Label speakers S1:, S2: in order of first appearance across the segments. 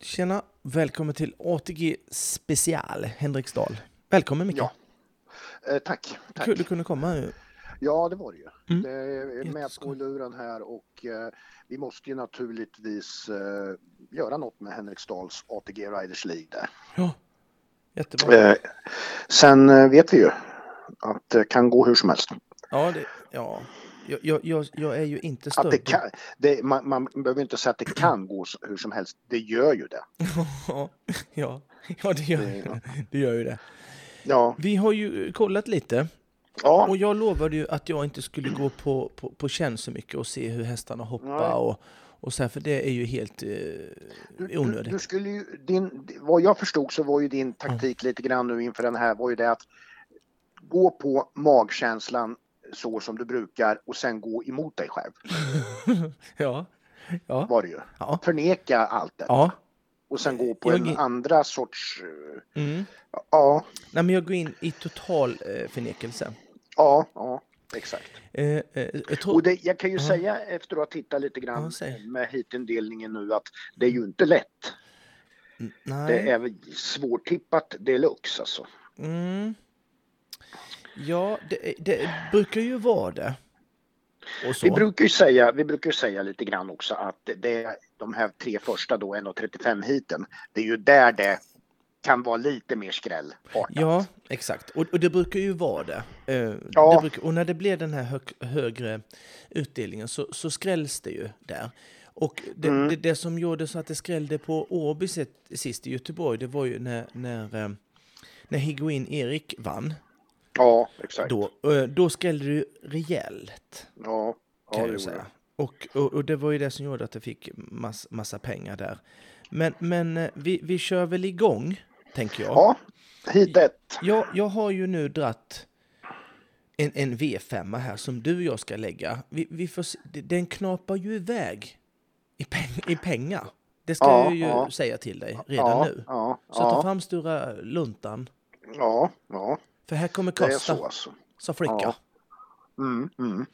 S1: Tjena, välkommen till ATG special, Henriksdal. Välkommen Micke.
S2: Ja. Eh, tack. tack.
S1: Kul du kunde komma. nu.
S2: Ja, det var det ju.
S1: Mm.
S2: Det är med på
S1: Jätteskoj.
S2: luren här och eh, vi måste ju naturligtvis eh, göra något med Henriksdals ATG Riders League där.
S1: Ja. Jättebra.
S2: Eh, sen eh, vet vi ju att det kan gå hur som helst.
S1: Ja, det, ja. Jag, jag, jag, jag är ju inte
S2: Att det
S1: stöddig.
S2: kan, det, man, man behöver inte säga att det kan gå så- hur som helst, det gör ju det.
S1: ja, ja, ja, det gör,
S2: Det-
S1: det gör ju det.
S2: Ja,
S1: Vi har ju kollat lite
S2: ja,
S1: och jag lovade ju att jag inte skulle gå på, på, på känn så mycket och se hur hästarna hoppar
S2: Nej.
S1: och, och så här, för det är ju helt eh,
S2: du, du,
S1: onödigt.
S2: du Mm, skulle ju, din, vad jag förstod så var ju din taktik lite grann nu inför den här var ju det att gå på magkänslan så som du brukar och sen gå emot dig själv.
S1: Ja, ja,
S2: var det ju.
S1: Ja.
S2: Förneka allt det
S1: ja.
S2: och sen gå på
S1: Jag
S2: en
S1: gi-
S2: andra sorts... eh,
S1: Mm.
S2: Ja,
S1: Nej, men jag går in i total eh, förnekelse.
S2: ja, ja. Exakt.
S1: Eh, eh, jag tror-
S2: Och det, jag kan ju
S1: Ja.
S2: säga efter att ha tittat lite
S1: Ja,
S2: grann
S1: säg.
S2: med hitindelningen nu att det är ju inte lätt.
S1: N- Nej.
S2: Det är väl svårtippat deluxe alltså.
S1: Mm. Ja, det, det brukar ju vara det. Och så.
S2: Vi brukar ju säga, vi brukar ju säga lite grann också att det är de här tre första då, 1,35 hiten, det är ju där det kan vara lite mer skräll.
S1: Ja, exakt. Och, och det brukar ju vara det. Eh,
S2: Ja.
S1: det brukar, och när det blir den här hög, högre utdelningen så, så skrälls det ju där. Och det,
S2: Mm.
S1: det, det som gjorde så att det skrällde på Åby sist- sist i Göteborg, det var ju när, när, eh, när Higuin Erik vann.
S2: Ja, exakt.
S1: Då, eh, då skrällde det ju rejält.
S2: Ja, ja,
S1: kan
S2: det
S1: jag
S2: gjorde det.
S1: säga. Och, och, och det var ju det som gjorde att jag fick mass, massa pengar där. Men, men eh, vi, vi kör väl igång, tänker jag.
S2: Ja, hit ett.
S1: Jag, jag har ju nu dratt en, en V5 här som du och jag ska lägga. Vi, vi får, se- d- den knapar ju iväg i, peng, i pengar. Det ska
S2: Ja,
S1: jag ju
S2: ja.
S1: säga till dig redan
S2: ja,
S1: nu.
S2: Ja,
S1: Så
S2: ja,
S1: ta fram stora luntan.
S2: ja, ja,
S1: För här kommer
S2: det är så
S1: kosta,
S2: alltså.
S1: sa flickan.
S2: Ja. Mm, mm.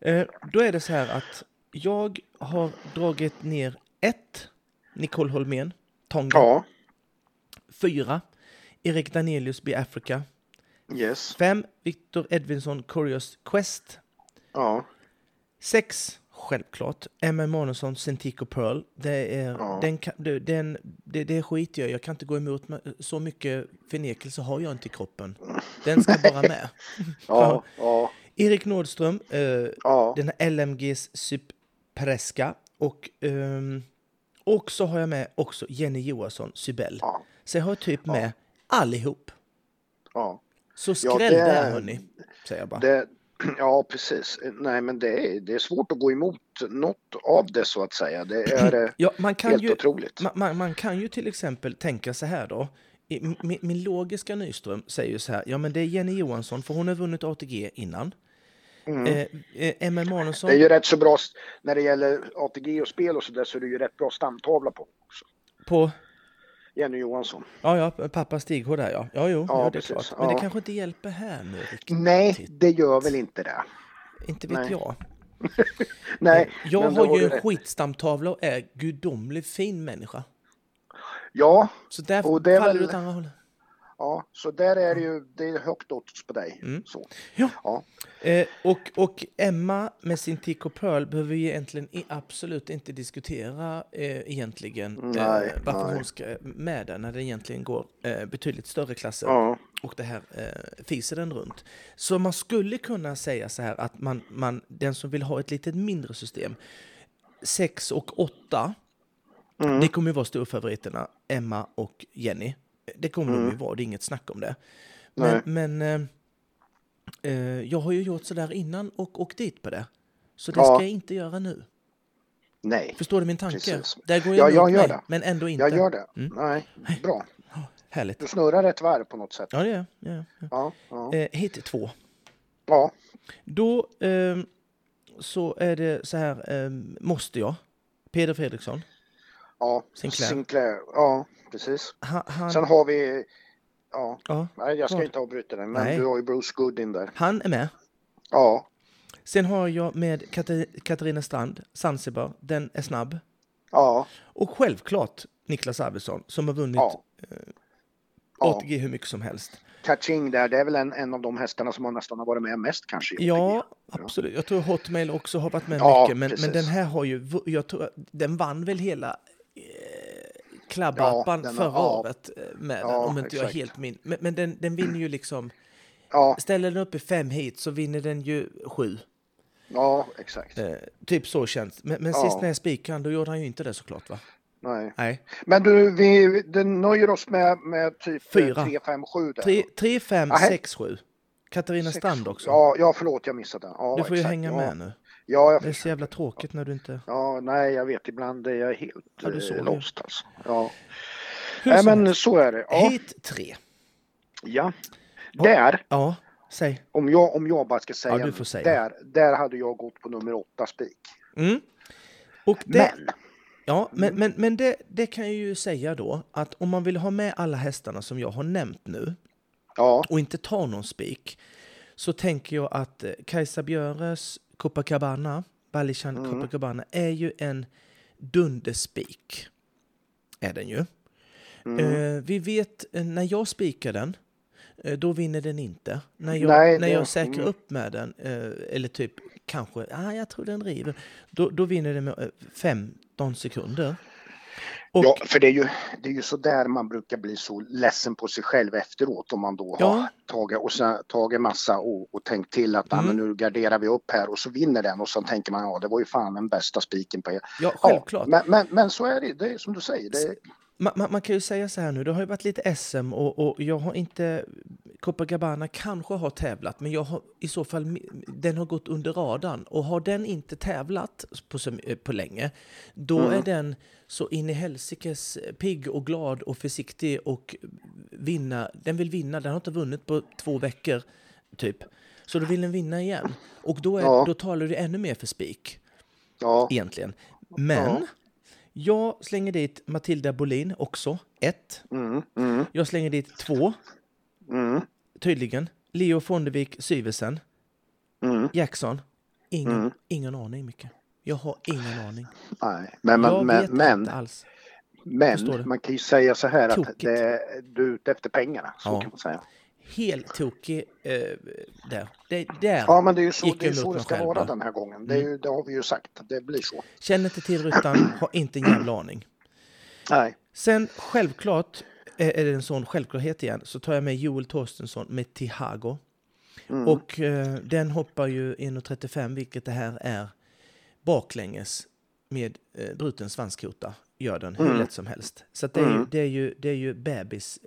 S1: Eh, då är det så här att jag har dragit ner ett, Nicole Holmén, Tonga.
S2: Ja,
S1: Fyra, Erik Danelius Be Africa.
S2: yes,
S1: Fem, Victor Edvinsson Curious Quest.
S2: ja,
S1: Sex, självklart, Emma Manusson Centico Pearl. Det är,
S2: Ja.
S1: den kan, det- den, det, det skiter jag i. Jag kan inte gå emot men så mycket förnekelse har jag inte i kroppen. Den ska bara med.
S2: ja, ja,
S1: Erik Nordström, eh,
S2: ja,
S1: den här LMGs Cypreska och ehm, och så har jag med också Jenny Johansson Sybell.
S2: ja,
S1: Så jag har typ med allihop.
S2: ja.
S1: Så
S2: Ja,
S1: skräll
S2: det är-
S1: där hörni, säger jag bara.
S2: Det, ja, precis. Nej, men det är, det är svårt att gå emot något av det så att säga. Det är eh,
S1: ja, man, kan
S2: helt
S1: ju,
S2: otroligt.
S1: man, man, man kan ju till exempel tänka så här då. I- Min, min logiska Nyström säger ju så här, ja men det är Jenny Johansson för hon har vunnit ATG innan. Eh, eh, Emma Manusson,
S2: Mm. Det är ju rätt så bra, s- när det gäller ATG och spel och sådär så är det ju rätt bra stamtavla på också.
S1: på
S2: Jenny Johansson.
S1: ja, ja, pappa Stighård där ja. Ja, jo, ja,
S2: Ja,
S1: det är
S2: precis.
S1: klart. Men det
S2: Ja.
S1: kanske inte hjälper här nu riktigt.
S2: Nej, det gör väl inte det.
S1: Inte vet
S2: Nej.
S1: jag.
S2: Nej,
S1: Jag
S2: men då
S1: har ju
S2: du
S1: en
S2: rätt.
S1: skitstamtavla och är gudomlig fin människa.
S2: Ja,
S1: Så där
S2: Och det är
S1: faller
S2: väl-
S1: du åt andra hållet.
S2: Ja, så där är det ju, det är högt odds på dig.
S1: Mm.
S2: Så.
S1: Ja.
S2: Ja.
S1: Eh, och, och Emma med sin Tico Pearl behöver ju egentligen i, absolut inte diskutera eh, egentligen
S2: Nej,
S1: eh, varför
S2: nej.
S1: hon ska med där när det egentligen går eh, betydligt större klasser
S2: Ja.
S1: och det här eh, fiser den runt. Så man skulle kunna säga så här att man, man, den som vill ha ett lite mindre system, 6 och 8,
S2: mm.
S1: det kommer ju vara storfavoriterna Emma och Jenny. Det kommer de ju vara, det är inget snack om det. Men,
S2: Mm. Nej.
S1: men eh, eh, jag har ju gjort så där innan och åkt dit på det. Så det
S2: Ja.
S1: ska jag inte göra nu.
S2: Nej,
S1: Förstår du min tanke?
S2: Precis.
S1: Där går
S2: Ja,
S1: jag
S2: jag
S1: emot mig,
S2: gör det.
S1: men ändå inte.
S2: jag gör det.
S1: Mm.
S2: Nej, bra.
S1: Härligt.
S2: Du snurrar ett varv på något sätt.
S1: Ja, det gör jag. Ja, ja.
S2: Ja, ja.
S1: Eh, hit två.
S2: ja.
S1: Då ehm, så är det så här, ehm, måste jag? Peder Fredriksson.
S2: ja.
S1: Sinclair.
S2: Sinclair. Ja, precis.
S1: Han,
S2: Sen
S1: han,
S2: har vi, ja,
S1: ja,
S2: nej jag ska
S1: Vad?
S2: inte avbryta den, men
S1: Nej.
S2: du har ju Bruce Goodin där.
S1: han är med.
S2: Ja,
S1: Sen har jag med Kata- Katarina Strand, Zanzibar. Den är snabb.
S2: ja,
S1: Och självklart Niklas Arvidsson, som har vunnit
S2: Ja.
S1: eh,
S2: Ja.
S1: ATG hur mycket som helst.
S2: Catching där, det är väl en, en av de hästarna som har nästan har varit med mest kanske. i ATG.
S1: Ja, absolut. Jag tror Hotmail också har varit med
S2: Ja,
S1: mycket, men, men
S2: precis.
S1: den här har ju, vu- jag tror, att den vann väl hela eh, klabbappan
S2: Ja, den har-
S1: förra
S2: ja.
S1: året eh, med den,
S2: Ja,
S1: om inte jag
S2: exakt.
S1: helt min. Men, men den, den vinner ju liksom,
S2: Ja,
S1: ställer den upp i fem hit så vinner den ju sju.
S2: ja exakt.
S1: Eh, typ så känns Men, men
S2: Ja.
S1: sist när jag spikade han, då gjorde han ju inte det såklart va?
S2: Nej.
S1: Nej.
S2: Men du, vi du nöjer oss med, med typ
S1: Fyra.
S2: 3, 5, 7 där.
S1: 3, 5,
S2: Ah, hej.
S1: 6, 7. Katarina
S2: Sex,
S1: Strand
S2: sju.
S1: också.
S2: Ja, ja, förlåt, jag missade den. Ja,
S1: du får ju
S2: exakt.
S1: hänga
S2: ja.
S1: med nu.
S2: Ja, jag
S1: Det är så jävla tråkigt när du inte...
S2: Ja, nej, jag vet. Ibland är jag helt
S1: Ja, du
S2: eh,
S1: såg det.
S2: lost alltså. Ja,
S1: Hur
S2: nej,
S1: som helst.
S2: men så är det. Ja,
S1: Hit 3.
S2: ja. Där,
S1: Ja, säg.
S2: om jag, om jag bara ska säga,
S1: Ja, du får säga.
S2: Där, där hade jag gått på nummer åtta spik.
S1: Mm. Och det,
S2: Men,
S1: ja, men, men, men det, det kan jag ju säga då att om man vill ha med alla hästarna som jag har nämnt nu
S2: ja,
S1: och inte ta någon spik så tänker jag att eh, Kajsa Björes Copacabana, Balichan
S2: Mm.
S1: Copacabana, är ju en dunderspik. Är den ju.
S2: Mm.
S1: Eh, vi vet, eh, när jag spikar den, eh, då vinner den inte. När jag,
S2: Nej,
S1: när
S2: det-
S1: jag säkrar
S2: mm.
S1: upp med den, eh, eller typ kanske, ah, jag tror den river, då, då vinner den med eh, 15 sekunder. Och,
S2: ja, för det är, ju, det är ju så där man brukar bli så ledsen på sig själv efteråt om man då
S1: Ja.
S2: har tagit, och sen, tagit massa och, och tänkt till att ah, men
S1: Mm.
S2: nu garderar vi upp här och så vinner den och sen tänker man ja, det var ju fan den bästa spiken på er.
S1: ja, självklart.
S2: men, men, men så är det, det är som du säger. Det,
S1: Man, man, man kan ju säga så här nu, det har ju varit lite SM och, och jag har inte... Copacabana kanske har tävlat, men jag har i så fall... Den har gått under radarn. Och har den inte tävlat på, så- eh, på länge, då är den så in i helsikes eh, pigg och glad och försiktig och vinna. Den vill vinna, den har inte vunnit på två veckor, typ. Så då vill den vinna igen. Och då, är,
S2: Ja.
S1: då talar det ännu mer för spik
S2: ja,
S1: egentligen. Men
S2: Ja.
S1: jag slänger dit Matilda Bolin också, ett.
S2: mm, mm,
S1: Jag slänger dit två,
S2: mm,
S1: tydligen. Leo Fondevik Syversen,
S2: mm.
S1: Jackson. Ingen, ingen aning, Micke. Jag har ingen aning.
S2: Nej, men,
S1: jag
S2: men,
S1: vet
S2: men, men,
S1: inte alls. Förstår du?
S2: men man kan ju säga så här att
S1: Tokigt.
S2: det, du är ute efter pengarna. Så
S1: Ja.
S2: kan man säga.
S1: Helt tokig eh, där. Det, där.
S2: Ja, men det är ju så
S1: Gick
S2: det, är
S1: emot
S2: så det
S1: mig
S2: ska
S1: själv, Mm.
S2: vara
S1: va?
S2: den här gången. Det, är ju, det har vi ju sagt, att det blir så.
S1: Känner inte till rutan, har inte en jävla aning.
S2: Nej,
S1: Sen självklart, eh, är det en sån självklarhet igen, så tar jag med Joel Torstensson med Tihago. Och eh, den hoppar ju 1,35 vilket det här är baklänges med eh, bruten svanskota. Gör den hur lätt som helst. Så att det, är ju, det, är ju, det är ju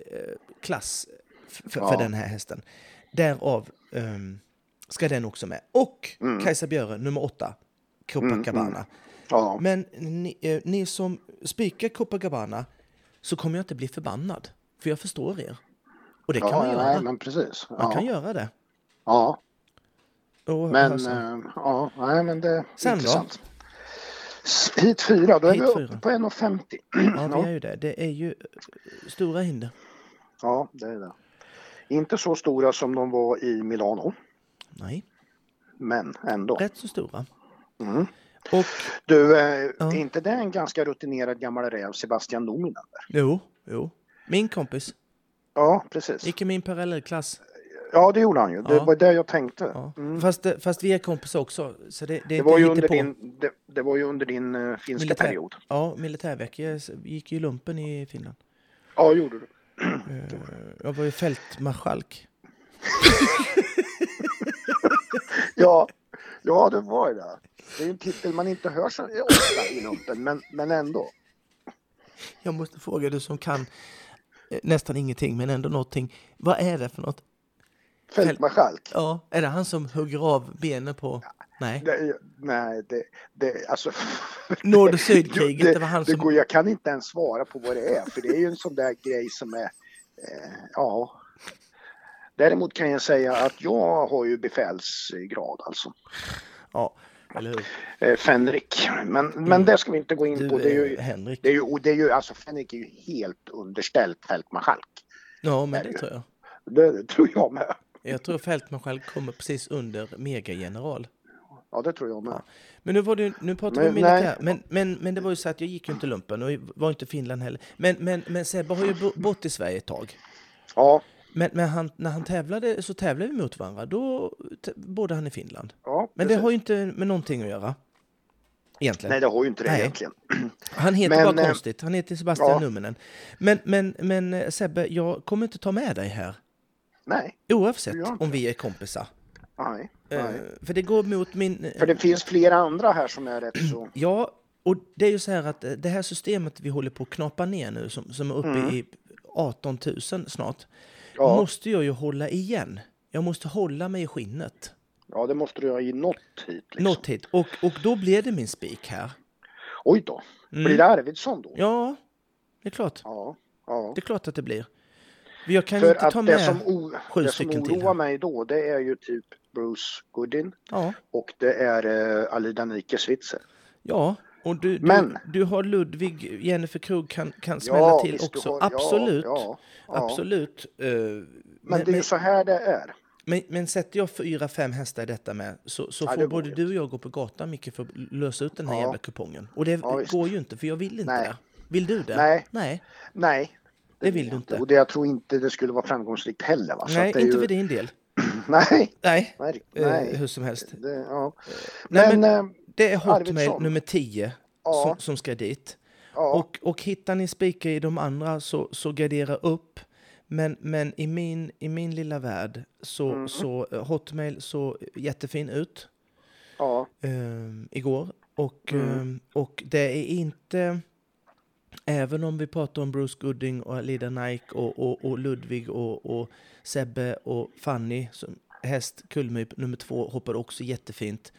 S1: bebisklass f- för, för
S2: Ja.
S1: den här hästen. Därav ehm, ska den också med. Och Kajsa Björe, nummer åtta, Copacabana.
S2: ja,
S1: Men ni, eh, ni som spikar Copacabana så kommer jag inte bli förbannad. För jag förstår er. Och det kan man
S2: ja
S1: göra.
S2: nej, men precis. Ja,
S1: Man kan göra det.
S2: ja,
S1: Och
S2: men,
S1: höra sig.
S2: eh, ja, nej, men det är
S1: Sen då?
S2: intressant. S- Hit fyra, då är
S1: Hit
S2: vi
S1: fyra.
S2: uppe på 1,50.
S1: ja, det är ju det. Det är ju eh, stora hinder.
S2: Ja, det är det. Inte så stora som de var i Milano,
S1: Nej,
S2: men ändå.
S1: rätt så stora.
S2: Mm.
S1: Och
S2: Du, eh,
S1: Ja.
S2: är inte det en ganska rutinerad gammal räv, Sebastian Nominen?
S1: jo, jo. Min kompis
S2: Ja, precis.
S1: gick i min parallellklass.
S2: Ja, det gjorde han ju. Det
S1: Ja.
S2: var det jag tänkte.
S1: Ja. Fast, eh, fast vi är kompisar också. Så det, det, är
S2: Mm. Det,
S1: inte
S2: var ju
S1: hittepå.
S2: under din, det, det var ju under din eh, finska period.
S1: Ja, militärvecka. Jag s- gick ju lumpen i Finland. Eh,
S2: Ja, gjorde du.
S1: Jag var ju fältmarskalk.
S2: Ja, ja det var ju det. Det är ju en titel man inte hör så ofta i lumpen, men, men ändå.
S1: Jag måste fråga du som kan eh, nästan ingenting, men ändå någonting. Vad är det för något?
S2: Fältmarskalk.
S1: Ja, är det han som hugger av benen på... Nej.
S2: Det, är ju- nej, det, det alltså.
S1: Nord och sydkriget,
S2: det,
S1: det var han
S2: det
S1: som-
S2: går, jag kan inte ens svara på vad det är, för det är ju en sån där grej som är, eh, ja. Däremot kan jag säga att jag har ju befälsgrad alltså.
S1: Ja, eller hur?
S2: Eh, Fenrik. Men, men det ska vi inte gå in på. Det är
S1: Mm. Du,
S2: ju,
S1: eh, Henrik.
S2: det är ju, och det är ju alltså Fenrik är ju helt underställt fältmarskalk.
S1: Ja, men det tror jag.
S2: Det, det tror jag med.
S1: Jag tror fältmarskalk kommer precis under megageneral.
S2: Ja, det tror jag med. Ja.
S1: Men nu, var det, nu pratar vi om militär. Men, men, men det var ju så att jag gick ju inte lumpen och var inte i Finland heller. Men, men, men Sebbe har ju bo- bott i Sverige ett tag.
S2: Ja,
S1: Men, men han, när han tävlade så tävlade vi mot varandra. Då t- bodde han i Finland.
S2: ja
S1: Men det
S2: precis.
S1: har ju inte med någonting att göra. Egentligen.
S2: Nej, det har ju inte det
S1: Nej.
S2: egentligen.
S1: han heter
S2: men,
S1: bara
S2: eh,
S1: konstigt. Han heter Sebastian
S2: ja.
S1: Numminen. Men, men, men eh, Sebbe, jag kommer inte ta med dig här.
S2: Nej,
S1: Oavsett
S2: Du gör inte
S1: om vi är kompisar.
S2: nej,
S1: Eh,
S2: nej.
S1: För det går mot min... eh,
S2: För det finns flera andra här som är rätt så...
S1: Ja, och det är ju så här att eh, det här systemet vi håller på att knapa ner nu som, som är uppe i 18 000 snart,
S2: Mm. Ja.
S1: måste jag ju hålla igen. Jag måste hålla mig i skinnet.
S2: Ja, det måste du göra i något hit. Liksom.
S1: Något hit. Och, och då blir det min spik här. Mm.
S2: Oj då. Blir det Arvidsson då?
S1: Ja, det är klart.
S2: Ja. ja.
S1: Det är klart att det blir. Men jag kan ju
S2: För
S1: inte ta
S2: att det
S1: med...
S2: som, o...
S1: sju
S2: det som
S1: stycken till
S2: oroar
S1: här.
S2: mig då, det är ju typ Bruce Goodin
S1: Ja,
S2: och det är eh, Alida Nikeswitzer.
S1: ja. Och du,
S2: Men-
S1: du, du har Ludvig, Jennifer Krug kan, kan smälla
S2: Ja,
S1: till
S2: visst, du
S1: också.
S2: har- ja,
S1: Absolut.
S2: ja, ja.
S1: Absolut. Eh,
S2: Men det är ju så här det är.
S1: Men, men sätter jag fyra, fem hästar i detta med så, så
S2: Ja, det
S1: får
S2: går
S1: både
S2: ju
S1: du och jag gå på gatan Micke för att lösa ut den här
S2: Ja.
S1: jävla kupongen. Och det
S2: Ja, visst.
S1: går ju inte för jag vill inte
S2: Nej.
S1: det. Vill du det?
S2: Nej.
S1: Nej,
S2: Nej.
S1: det vill du inte.
S2: Och det, jag tror inte det skulle vara framgångsrikt heller. Va?
S1: Nej,
S2: att det är
S1: inte
S2: ju...
S1: för din del.
S2: Nej,
S1: Nej,
S2: verk-
S1: eh,
S2: nej.
S1: hur som helst.
S2: Det, ja.
S1: Nej,
S2: Men, eh,
S1: Det är Hotmail
S2: Arvidsson.
S1: nummer 10
S2: Ja.
S1: som, som ska dit.
S2: ja.
S1: Och, och hittar ni spikar i de andra så, så gardera upp. Men, men i, min, i min lilla värld så, så eh, Hotmail så jättefin ut.
S2: ja.
S1: eh, igår. Och, eh, och det är inte... Även om vi pratar om Bruce Gooding och Alida Nike och, och, och Ludvig och, och Sebbe och Fanny som häst, Kullmyp nummer två, hoppade också jättefint.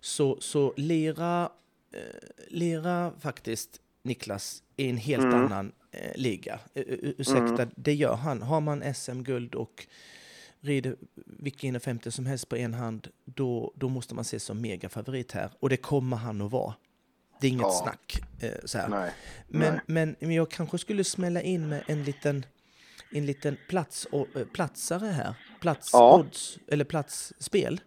S1: Så, så lera, eh, lera faktiskt Niklas i en helt annan eh, liga. Eh, eh, ursäkta, det gör han. Har man SM-guld och rider vilken inner 50 som helst på en hand, då, då måste man ses som megafavorit här. Och det kommer han att vara. Det är inget
S2: Ja.
S1: snack. Eh, så här.
S2: Nej.
S1: Men,
S2: Nej.
S1: men, men jag kanske skulle smälla in med en liten, en liten plats, och, eh, platsare här. Plats,
S2: Ja.
S1: odds, eller platsspel.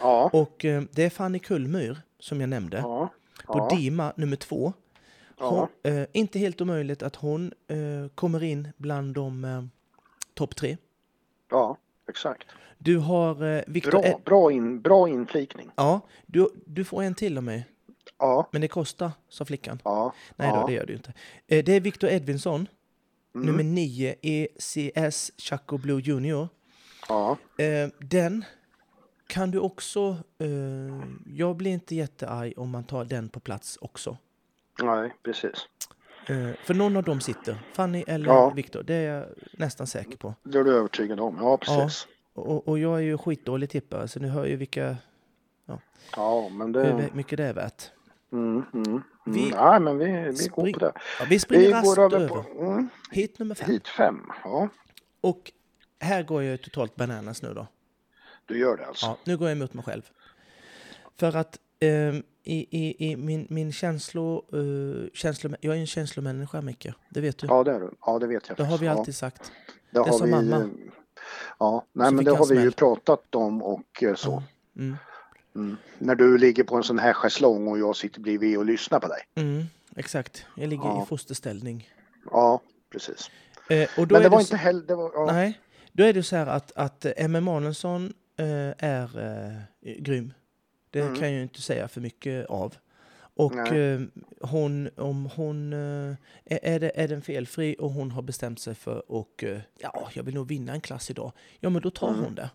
S2: Ja.
S1: Och eh, det är Fanny Kullmyr, som jag nämnde,
S2: Ja.
S1: på
S2: Ja.
S1: Dima nummer två. Hon, eh, inte helt omöjligt att hon eh, kommer in bland de eh, topp tre.
S2: ja. Exakt.
S1: Du har eh, Victor...
S2: Bra, bra, in, bra inflikning.
S1: Ja, du, du får en till av mig.
S2: Ja.
S1: Men det kostar, sa flickan.
S2: Ja.
S1: Nej
S2: ja. Mm.
S1: då, det gör det ju inte. Eh, Det är Victor Edvinsson, nummer 9, ECS Chaco Blue Junior.
S2: Ja.
S1: Eh, Den kan du också... eh, Jag blir inte jättearg om man tar den på plats också.
S2: Nej, precis.
S1: Eh, För någon av dem sitter, Fanny eller
S2: Ja.
S1: Victor, det är jag nästan säker på.
S2: Det är du övertygad om. Ja, precis.
S1: Och, och jag är ju skitdålig tippare, så ni hör ju vilka,
S2: Ja, men det...
S1: hur mycket det är värt.
S2: Mm, mm, mm.
S1: Vi-
S2: Nej, men vi, vi går
S1: Spring-
S2: på det.
S1: Ja, vi
S2: Vi
S1: springer raskt
S2: går
S1: över.
S2: över på mm,
S1: Hit nummer fem.
S2: hit fem. Ja,
S1: Och här går jag ju totalt bananas nu då.
S2: du gör det alltså.
S1: Ja, nu går jag emot mig själv. För att ehm, i, i, i min, min känslo, eh, känslomä- jag är en känslomänniska Micke, det vet du.
S2: Ja, det är du. Ja, det vet jag.
S1: det har
S2: faktiskt.
S1: vi
S2: Ja,
S1: alltid sagt.
S2: det
S1: är som mamma.
S2: eh, Ja, nej,
S1: Så
S2: men
S1: fick
S2: det
S1: jag
S2: har vi ju
S1: smäll.
S2: pratat om och eh, så.
S1: Mm.
S2: Mm. När du ligger på en sån här schäslong och jag sitter bredvid och lyssnar på dig.
S1: Mm, exakt, jag ligger
S2: Ja.
S1: i fosterställning.
S2: Ja, precis.
S1: Eh, och då
S2: Men
S1: är
S2: det var
S1: så-
S2: inte heller... Det var, ja,
S1: Nej, då är det så här att, att Emma Manelsson eh, är eh, grym. Det
S2: Mm.
S1: kan jag ju inte säga för mycket av. Och
S2: Nej.
S1: eh, hon, om hon, eh, är, är det, är den felfri och hon har bestämt sig för och eh, ja, jag vill nog vinna en klass idag. Ja, men då tar hon det.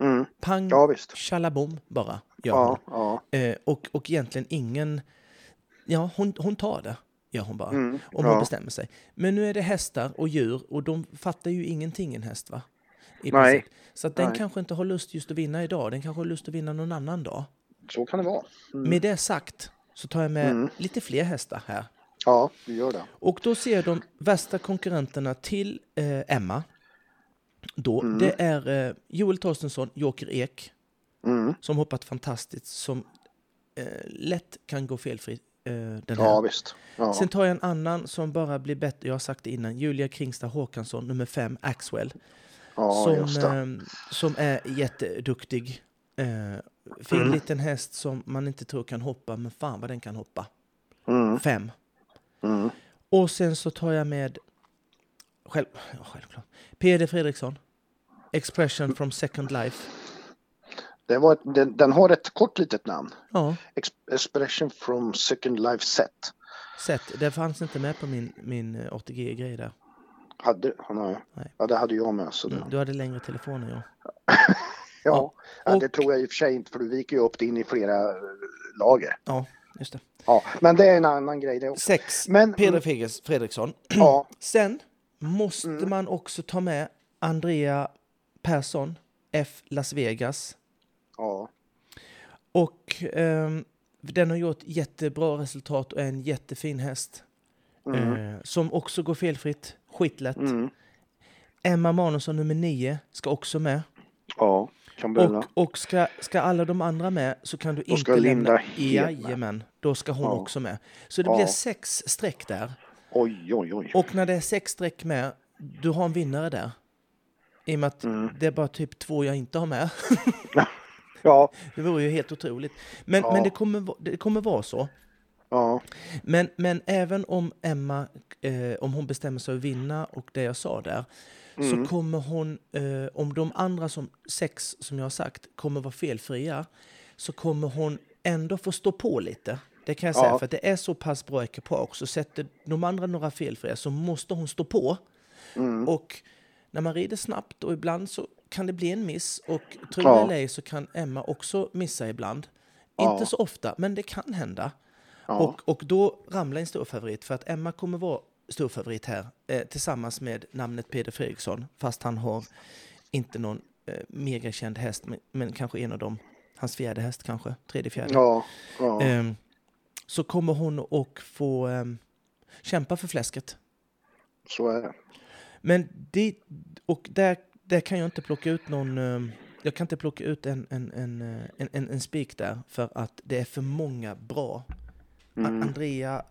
S2: mm,
S1: Pang,
S2: ja visst.
S1: tjalabom bara. Gör hon.
S2: Ja, ja,
S1: Eh, och, och egentligen ingen... Ja, hon, hon tar det, gör hon bara.
S2: Mm,
S1: Om
S2: ja.
S1: hon bestämmer sig. Men nu är det hästar och djur och de fattar ju ingenting en häst, va? I
S2: Nej.
S1: princip. Så att den
S2: Nej.
S1: kanske inte har lust just att vinna idag, den kanske har lust att vinna någon annan dag.
S2: så kan det vara. Mm.
S1: Med det sagt så tar jag med lite fler hästar här.
S2: Ja, du gör det.
S1: Och då ser jag de värsta konkurrenterna till eh, Emma. Då, Det är eh, Joel Torstensson, Joker Ek,
S2: Mm.
S1: som hoppat fantastiskt, som eh, lätt kan gå felfri eh, den här.
S2: Ja, visst. Ja.
S1: Sen tar jag en annan som bara blir bättre, jag har sagt det innan, Julia Kringstad Håkansson, nummer fem, Axwell,
S2: ja,
S1: som,
S2: just det.
S1: eh, som är jätteduktig. Eh, fin
S2: Mm.
S1: liten häst som man inte tror kan hoppa, men fan vad den kan hoppa.
S2: Mm.
S1: Fem.
S2: Mm.
S1: Och sen så tar jag med själv, ja, självklart. Peder Fredriksson. Expression from second life.
S2: Den, var, ett- den, den har ett kort litet namn.
S1: Ja,
S2: Ex- Expression from Second Life Set.
S1: sett. Det fanns inte med på min, min eh, ATG-grej där.
S2: Hade, han,
S1: Nej. Mm.
S2: ja, det hade jag med. Så det,
S1: Du hade längre telefon än jag.
S2: ja, ja, det
S1: och-
S2: tror jag i och för sig inte för du viker ju upp det in i flera eh, lager.
S1: Ja, just det.
S2: Ja, men det är en annan grej det också.
S1: Sex.
S2: Men-
S1: Peder Fredriks- Fredriksson.
S2: Ja,
S1: Sen måste
S2: Mm.
S1: man också ta med Andrea Persson, F Las Vegas.
S2: ja.
S1: Och ehm, den har gjort jättebra resultat och är en jättefin häst. Eh, som också går felfritt, skitlätt.
S2: Mm.
S1: Emma Manusson nummer 9 ska också med.
S2: Ja, kan
S1: Och, och ska, ska alla de andra med så kan du inte
S2: ska Linda
S1: lämna...
S2: helt med.
S1: Jajamän, då ska hon
S2: Ja.
S1: också med. Så det
S2: Ja.
S1: blir sex streck där.
S2: Oj, oj, oj.
S1: Och när det är sex streck med, du har en vinnare där. I och med att det är bara typ två jag inte har med.
S2: Ja,
S1: Det vore ju helt otroligt. Men,
S2: Ja.
S1: men det, kommer, va- det kommer vara så.
S2: ja.
S1: Men, men även om Emma, eh, om hon bestämmer sig att vinna och det jag sa där,
S2: Mm.
S1: så kommer hon, eh, om de andra som, sex som jag har sagt kommer vara felfria, så kommer hon ändå få stå på lite. Det kan jag säga,
S2: Ja.
S1: för att det är så pass bra ekipage, så sätter de andra några felfria så måste hon stå på.
S2: Mm.
S1: Och när man rider snabbt och ibland så kan det bli en miss och tror
S2: Ja.
S1: eller ej så kan Emma också missa ibland.
S2: Ja.
S1: Inte så ofta, men det kan hända.
S2: Ja.
S1: Och, och då ramlar en storfavorit för att Emma kommer vara storfavorit här eh, tillsammans med namnet Peder Fredriksson fast han har inte någon eh, megakänd häst men, men kanske en av dem, hans fjärde häst kanske, tredje fjärde.
S2: ja, ja.
S1: Ehm, så kommer hon och få ehm, kämpa för fläsket.
S2: så är det.
S1: Men det, och där, där kan jag inte plocka ut någon... eh, Jag kan inte plocka ut en, en, en, eh, en, en, en spik där för att det är för många bra. A- Andrea,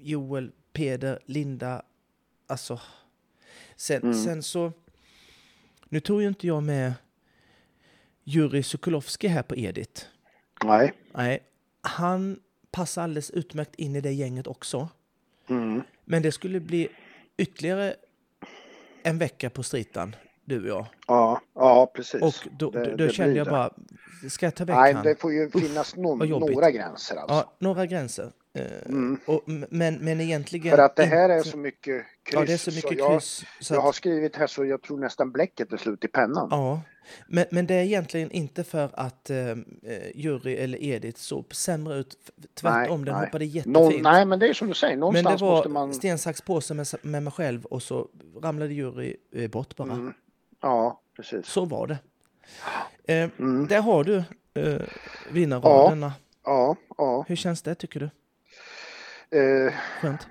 S1: Joel, Peder, Linda. Alltså... Sen, sen så... Nu tog ju inte jag med Jurij Sokolovski här på Edith.
S2: Nej.
S1: Nej, han passar alldeles utmärkt in i det gänget också.
S2: Mm.
S1: Men det skulle bli ytterligare en vecka på stritan, du och jag.
S2: Ja, ja, precis.
S1: Och då,
S2: Det-
S1: då,
S2: det
S1: då kände
S2: blir
S1: jag
S2: det.
S1: bara, ska jag ta väck
S2: Nej,
S1: han?
S2: det får ju finnas någon,
S1: vad jobbigt.
S2: några gränser alltså.
S1: Ja, några gränser. Eh, och, men, men egentligen...
S2: Mm. För att det här är
S1: eh, inte-
S2: så mycket kryss.
S1: Ja, det är så mycket
S2: jag,
S1: kryss. Så
S2: jag
S1: att,
S2: har skrivit här så jag tror nästan bläcket är slut i pennan.
S1: ja. men, men det är egentligen inte för att eh, eh, Jury eller Edith såg sämre ut. Tvärtom, den hoppade jättefint.
S2: Någon, nej, men det är som du säger,
S1: Men det
S2: någonstans
S1: var
S2: måste man...
S1: sten, sax, påse med, med mig själv och så ramlade jury eh, bort bara.
S2: Mm. Ja, precis. Mm.
S1: Så var det. Eh, Där har du eh, vinnarraderna.
S2: Ja. Ja, ja.
S1: Hur känns det tycker du?
S2: Eh,
S1: Skönt?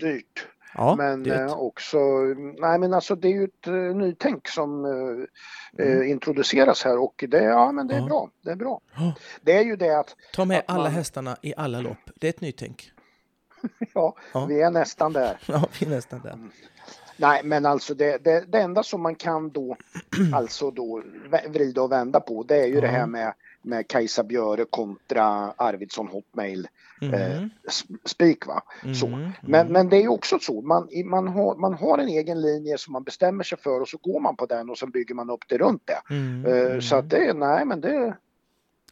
S2: dyrt.
S1: Ja,
S2: men
S1: det är ett-
S2: eh, också, nej men alltså det är ju ett eh, nytänk som eh, eh, introduceras här och det, ja men det är
S1: Mm. Ja.
S2: bra, det är bra.
S1: Ja.
S2: Det är ju det att,
S1: Ta med
S2: att
S1: alla
S2: man-
S1: hästarna i alla lopp. Det är ett nytänk.
S2: ja,
S1: Ja.
S2: vi är nästan där.
S1: Ja, vi är nästan där.
S2: Mm, Nej, men alltså det, det, det enda som man kan då, alltså då vä- vrida och vända på, det är ju det här med, med Kajsa Björe kontra Arvidsson Hotmail eh,
S1: Mm.
S2: sp- spik va. Så.
S1: Mm,
S2: Men, men det är ju också så, man, i- man, har, man har en egen linje som man bestämmer sig för och så går man på den och så bygger man upp det runt det.
S1: Mm.
S2: Eh, Så att det, nej men det,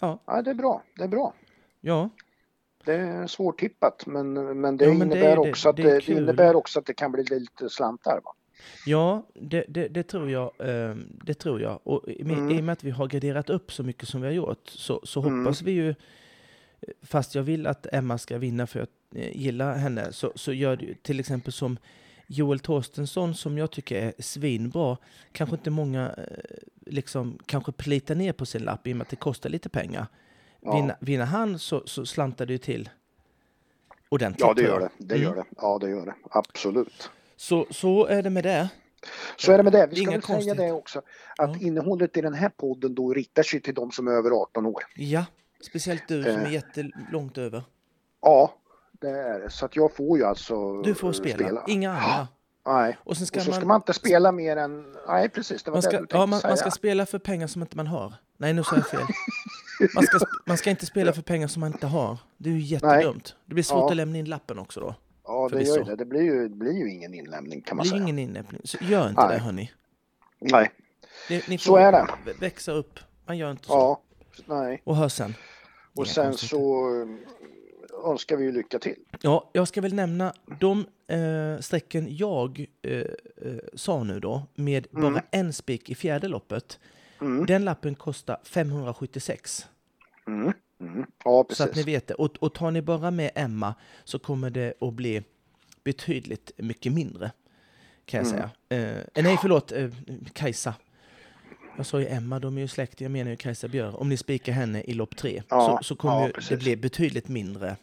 S1: Ja.
S2: ja, det är bra, det är bra.
S1: Ja,
S2: Det är svårtippat men, men det
S1: Ja, men det är
S2: innebär
S1: ju det.
S2: också att
S1: Det är
S2: det, det
S1: kul.
S2: innebär också att det kan bli lite slantar va.
S1: ja det, det, det tror jag. Eh, det tror jag. Och i,
S2: Mm.
S1: I och med att vi har graderat upp så mycket som vi har gjort så, så hoppas vi ju... Fast jag vill att Emma ska vinna för jag eh, gillar henne. Så, så gör det ju till exempel som Joel Torstensson som jag tycker är svinbra. Kanske inte många eh, liksom kanske plitar ner på sin lapp i och med att det kostar lite pengar.
S2: Ja.
S1: Vinna, vinna han så, så slantar det ju till ordentligt.
S2: Ja, det
S1: tror
S2: gör
S1: jag.
S2: det. Mm. Det gör det. Ja, det gör det. Absolut.
S1: Så, så är det med det.
S2: Så är det med det. Vi ska
S1: Inga
S2: väl säga det
S1: konstigheter.
S2: också. Att innehållet i den här podden då riktar sig till de som är över 18 år.
S1: Ja, speciellt du som är
S2: Eh.
S1: jättelångt över.
S2: Ja, det är det. Så att jag får ju alltså
S1: Du får
S2: eh,
S1: spela, inga andra.
S2: Nej.
S1: Och sen ska
S2: Och så ska
S1: man,
S2: man inte spela mer än... Nej, precis. Det var
S1: man
S2: det du
S1: ska,
S2: tänkte
S1: ja, man,
S2: säga.
S1: man ska spela för pengar som inte man har. Nej, nu sa jag fel. Man ska, man ska inte spela för pengar som man inte har. Det är ju jättedumt. Det blir svårt
S2: Ja.
S1: att lämna in lappen också då.
S2: Ja, det
S1: Förvisso.
S2: gör ju det. Det blir ju, det blir ju ingen inlämning
S1: Det
S2: kan man
S1: blir
S2: säga.
S1: ingen inläppning. Så gör inte
S2: Nej.
S1: det, hörni.
S2: Nej,
S1: Det, ni
S2: Så är det.
S1: vä- växa upp. Man gör inte så.
S2: ja, nej.
S1: Och hör sen.
S2: Och
S1: Inga
S2: sen
S1: konstigheter.
S2: så eh, önskar vi ju lycka till.
S1: Ja, jag ska väl nämna de eh, strecken jag eh, eh, sa nu då med
S2: Mm.
S1: bara en spik i fjärde loppet. Den lappen kostar 576.
S2: Mm. Mm. Ja,
S1: Så att ni
S2: precis.
S1: vet det. Och, och tar ni bara med Emma så kommer det att bli betydligt mycket mindre. Kan jag
S2: Mm.
S1: säga. Eh, eh, nej, förlåt. Eh, Kajsa. Jag sa ju Emma, de är ju släkt. Jag menar ju Kajsa Björ. Om ni spikar henne i lopp tre
S2: Ja,
S1: så, så kommer
S2: ja,
S1: ju det
S2: precis.
S1: bli betydligt mindre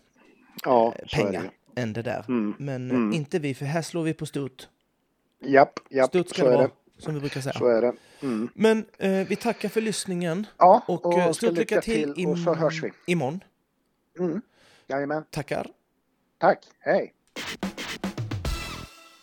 S2: Ja, så är det ju. Mm.
S1: pengar än det där. Men eh, inte vi, för här slår vi på stort.
S2: Japp, japp,
S1: Stort ska
S2: så
S1: det
S2: är
S1: vara,
S2: det.
S1: som vi brukar säga.
S2: Så är det. Mm.
S1: Men eh, vi tackar för lyssningen.
S2: Ja,
S1: Och,
S2: och
S1: eh,
S2: ska
S1: stort lycka till,
S2: Och så
S1: im-
S2: hörs vi. Mm.
S1: imorgon.
S2: Jajamän,
S1: Tackar.
S2: tack, hej.